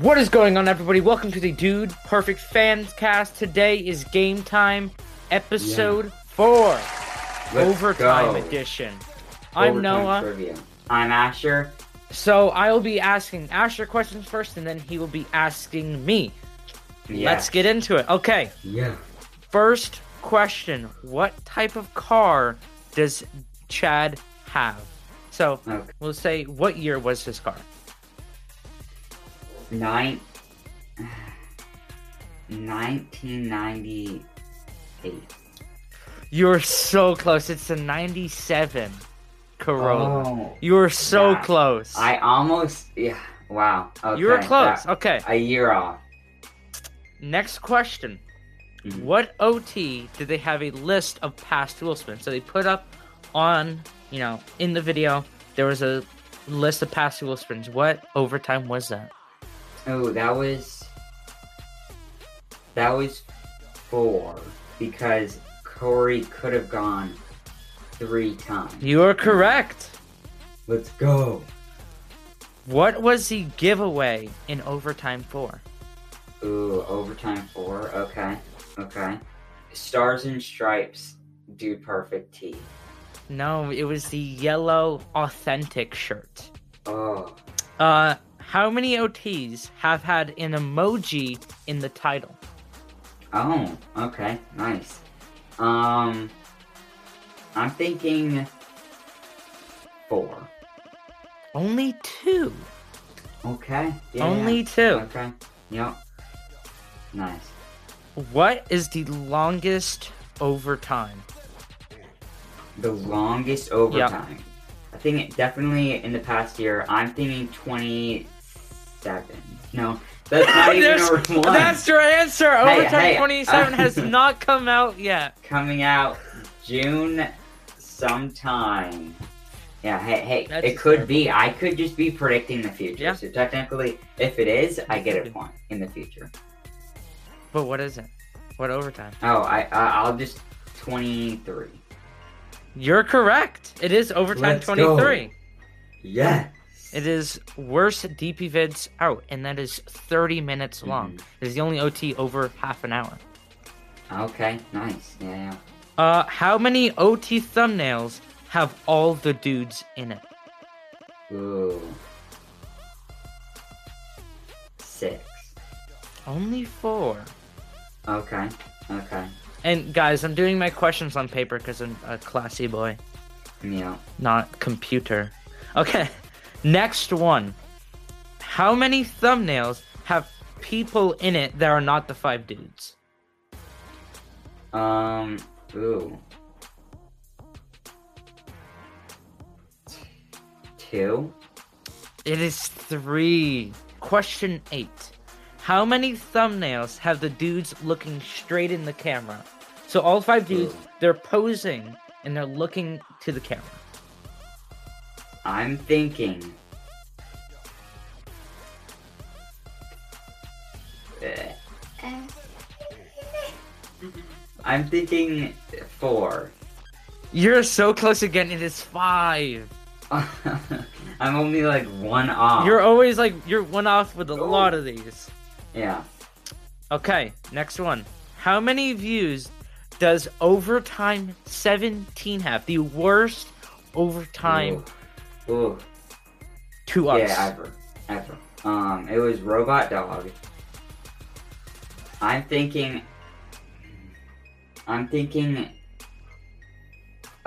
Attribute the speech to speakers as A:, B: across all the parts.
A: What is going on, everybody? Welcome to the Dude Perfect Fans Cast. Today is Game Time, Episode 4,
B: Let's
A: Overtime
B: go.
A: Edition. I'm
B: Overtime
A: Noah.
B: trivia. I'm Asher.
A: So I will be asking Asher questions first, and then he will be asking me.
B: Yeah.
A: Let's get into it. Okay,
B: Yeah.
A: first question What type of car does Chad have? So
B: Okay.
A: we'll say, what year was his car?
B: Nine. 1998.
A: You're so close. It's a 97 Corolla.
B: Oh.
A: You were so
B: Yeah.
A: close.
B: I almost. Yeah. Wow. Okay.
A: you were close.
B: that-
A: Okay.
B: a year off.
A: Next question.
B: Mhm.
A: What OT did they have a list of past Will Smiths? So they put up on, you know, in the video, there was a list of past Will Smiths. What overtime was that?
B: Oh, that was. That was four because Corey could have gone three times.
A: You are correct.
B: Let's go.
A: What was the giveaway in overtime for?
B: Ooh, overtime four. Okay, okay. Stars and stripes do perfect tea.
A: No, it was the yellow authentic shirt.
B: Oh,
A: Uh, how many OTs have had an emoji in the title?
B: oh. Okay, nice. Um, I'm thinking four.
A: Only two.
B: Okay. yeah,
A: Only
B: yeah.
A: two.
B: Okay. Yep. Nice.
A: What is the longest overtime?
B: The longest overtime. I think it definitely in the past year. I'm thinking twenty-seven. No, that's not even
A: There's-
B: over one.
A: That's your answer.
B: Hey,
A: Overtime
B: hey,
A: 27
B: uh,
A: has not come out yet.
B: coming out June sometime. Yeah, hey, hey,
A: That's
B: it could be. I could just be predicting the future.
A: Yeah.
B: So technically, if it is, I get a
A: Okay.
B: point in the future.
A: But what is it? What overtime?
B: Oh, I, I I'll just twenty three.
A: You're correct. It is overtime
B: Let's
A: 23.
B: Yeah.
A: It is worst DP vids out, and that is 30
B: Mm-hmm.
A: minutes long. It is the only OT over half an hour.
B: Okay. Nice. Yeah.
A: Uh, how many OT thumbnails have all the dudes in it?
B: yeah. Ooh. Six.
A: Only four.
B: Okay. Okay.
A: And guys, I'm doing my questions on paper because I'm a classy boy.
B: Yeah.
A: not computer. Okay, next one. How many thumbnails have people in it that are not the five dudes?
B: Um. Ooh. Two.
A: It is three. Question eight. How many thumbnails have the dudes looking straight in the camera? So all five dudes, they're posing and they're looking to the camera.
B: I'm thinking. Eh. I'm thinking four.
A: You're so close again. It is five.
B: I'm only like one off.
A: You're always like you're one off with a
B: Oh.
A: lot of these.
B: yeah.
A: Okay, next one. How many views does overtime 17 have? The worst overtime
B: Ooh. Ooh.
A: to us.
B: Yeah, ever, ever. Um, it was Robot Dog. I'm thinking. I'm thinking.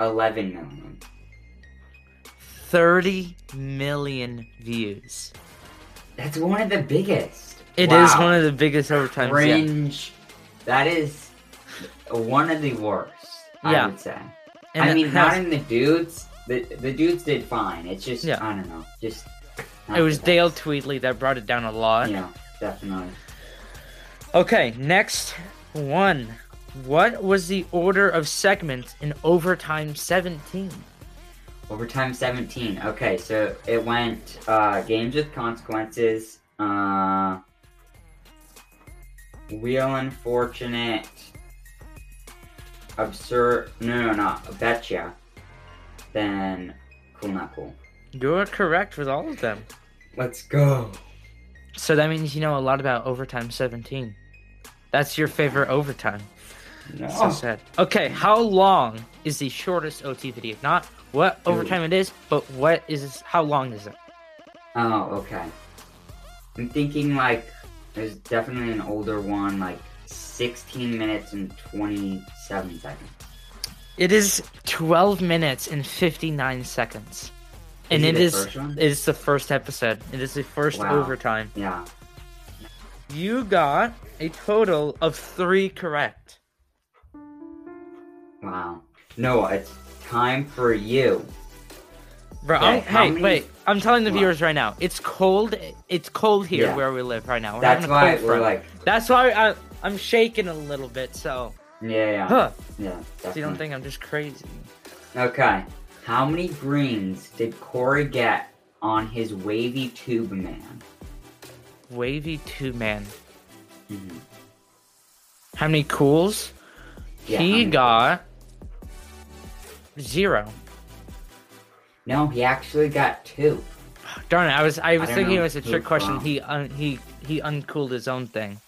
B: Eleven million.
A: 30 million views.
B: That's one of the biggest.
A: It is one of the biggest overtimes. yet.
B: Fringe. That is one of the worst.
A: Yeah.
B: I would say.
A: And
B: I
A: it
B: mean,
A: has-
B: not in the dudes. The the dudes did fine. It's just
A: Yeah.
B: I don't know. Just. not
A: it was
B: the
A: Dale
B: best.
A: Tweedley that brought it down a lot.
B: Yeah, definitely.
A: Okay, next one. What was the order of segments in overtime 17?
B: Overtime 17. Okay, so it went uh, games with consequences, uh, wheel unfortunate, absurd. No, no, not betcha. Then cool, not cool.
A: You're correct with all of them.
B: Let's go.
A: So that means you know a lot about overtime 17. That's your favorite overtime.
B: No.
A: So sad. Okay, how long is the shortest OT video? Not what
B: Dude.
A: overtime it is, but what is how long is it?
B: Oh, okay. I'm thinking like there's definitely an older one, like 16 minutes and 27 seconds.
A: It is 12 minutes and 59 seconds. And
B: Is it
A: it
B: the
A: is
B: first one?
A: it is the first episode. It is the first
B: Wow.
A: overtime.
B: Yeah.
A: You got a total of 3 correct.
B: Wow. Noah, it's time for you.
A: Bro,
B: Okay,
A: I'm-
B: how
A: hey,
B: many-
A: wait. I'm telling the
B: What?
A: viewers right now. It's cold. It's cold here
B: Yeah.
A: where we live right now. We're
B: That's
A: having a
B: why
A: cold
B: we're
A: front.
B: like,
A: That's why I, I'm shaking a little bit. So,
B: yeah, yeah,
A: huh? So you
B: yeah.
A: don't
B: definitely.
A: think I'm just crazy?
B: Okay. How many greens did Corey get on his wavy tube man?
A: Wavy two man. Mm-hmm.
B: Mhm.
A: How many cools?
B: Yeah, how
A: he
B: many
A: got zero.
B: No, he actually got two.
A: Darn it! I was I was
B: don't
A: thinking
B: know
A: it was a
B: who
A: trick question.
B: from.
A: He un, he he uncooled his own thing.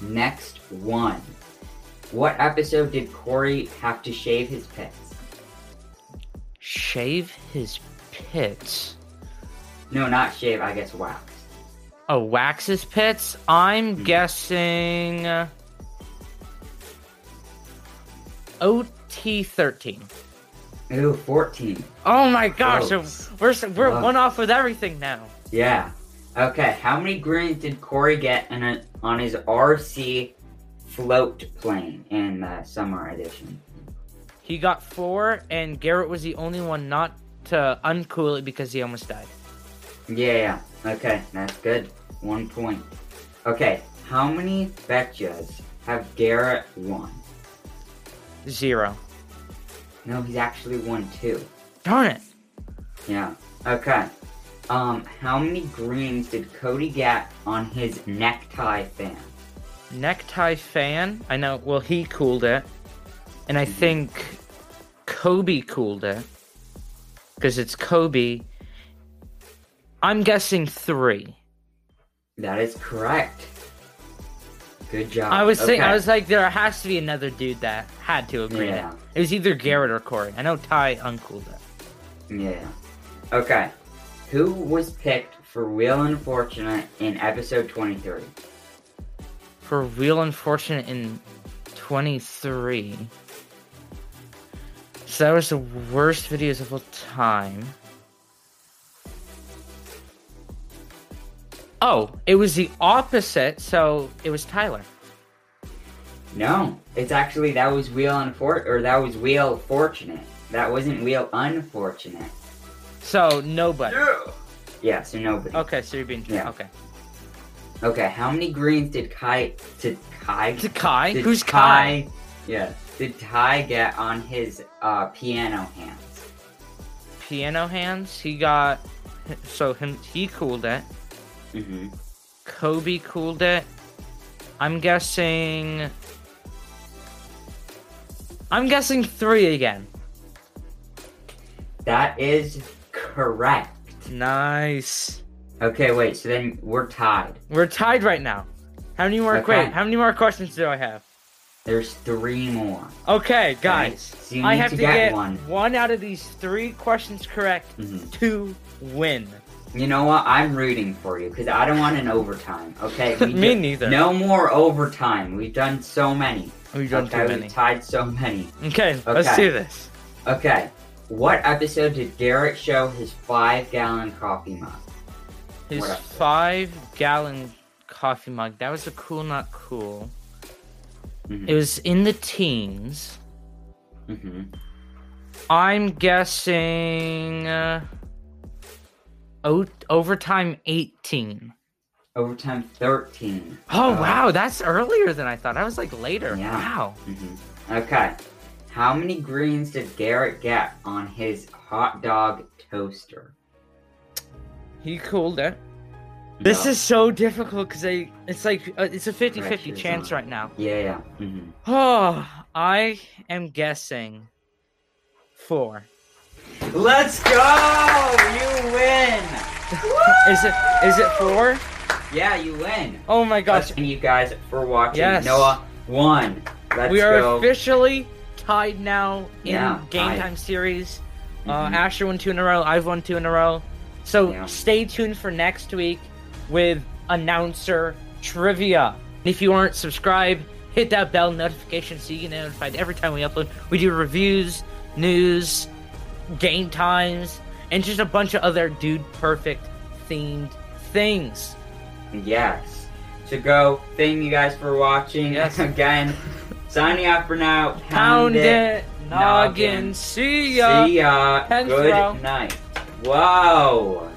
B: Next one. What episode did Corey have to shave his pits?
A: Shave his pits.
B: No, not shave, I guess wax.
A: Oh, wax his pits. I'm
B: Mhm.
A: guessing. uh, OT thirteen.
B: Ooh, 14.
A: Oh my gosh! So
B: Gross.
A: we're so, we're
B: Wow.
A: one off with everything now.
B: Yeah. Okay, how many greens did Corey get in a, on his RC float plane in the summer edition?
A: He got four, and Garrett was the only one not to uncool it because he almost died.
B: Yeah, yeah. Okay, that's good. One point. Okay, how many betchas have Garrett won?
A: Zero.
B: No, he's actually won two.
A: Darn it.
B: Yeah. Okay. Um, how many greens did Cody get on his necktie fan?
A: Necktie fan. I know. Well, he cooled it, and I think Kobe cooled it because it's Kobe. I'm guessing three.
B: That is correct. Good job.
A: I was saying,
B: Okay.
A: I was like, there has to be another dude that had to agree.
B: Yeah.
A: It. it was either Garrett or Corey. I know Ty uncooled it.
B: Yeah. Okay. Who was picked for Wheel Unfortunate in episode 23?
A: for Real Unfortunate in 23. So that was the worst videos of all time. Oh, it was the opposite, so it was Tyler.
B: No, it's actually that was Wheel Unfor or that was Wheel Fortunate. That wasn't Wheel Unfortunate.
A: So nobody.
B: Yeah, so nobody.
A: Okay, so you're being
B: Yeah.
A: okay.
B: Okay, how many greens did Kai did Kai
A: To Kai?
B: did
A: Who's Kai?
B: Yeah. Did Ty get on his uh, piano hands?
A: Piano hands. He got so him he cooled it.
B: Mm-hmm.
A: Kobe cooled it. I'm guessing. I'm guessing three again.
B: That is correct.
A: Nice.
B: Okay, wait. So then we're tied.
A: We're tied right now. How many more?
B: Okay.
A: Wait, how many more questions do I have?
B: There's three more.
A: Okay,
B: Right?
A: guys.
B: So you need
A: I have
B: to,
A: to,
B: get,
A: get
B: one.
A: out of these three questions correct
B: Mhm.
A: to win.
B: You know what? I'm rooting for you because I don't want an overtime. Okay. We
A: Me
B: do-
A: neither.
B: No more overtime. We've done so many.
A: We've done
B: okay,
A: too
B: we've
A: many.
B: tied so many.
A: Okay, let's
B: Okay.
A: do this.
B: Okay. What episode did Garrett show his five gallon coffee mug?
A: His
B: What up?
A: five gallon coffee mug. That was a cool, not cool.
B: Mhm.
A: It was in the teens.
B: Mm-hmm.
A: I'm guessing uh, o- overtime 18.
B: Overtime 13.
A: Oh,
B: Uh,
A: wow, that's earlier than I thought. I was like later.
B: Yeah.
A: Wow.
B: mhm. Okay. How many greens did Garrett get on his hot dog toaster?
A: He cooled it. This
B: No.
A: is so difficult because I it's like uh, it's a 50 50
B: Pressure's
A: chance
B: on.
A: right now.
B: Yeah, yeah. Mm-hmm.
A: Oh, I am guessing four.
B: Let's go! You win!
A: Is it is it four?
B: Yeah, you win.
A: Oh my gosh.
B: Thank you guys for watching.
A: Yes.
B: Noah won. Let's
A: we are
B: go.
A: officially tied now in
B: Yeah,
A: game
B: tied.
A: time series. Uh,
B: Mhm.
A: Asher won two in a row. I've won two in a row. So
B: Yeah.
A: stay tuned for next week with announcer trivia. And if you aren't subscribed, hit that bell notification so you get notified every time we upload. We do reviews, news, game times, and just a bunch of other dude perfect themed things.
B: Yes. To go. Thank you guys for watching.
A: Yes.
B: Again, signing out for now. Pound,
A: Pound it, noggin.
B: Noggin.
A: See ya.
B: See ya.
A: Pen
B: Good
A: throw.
B: night. Wow.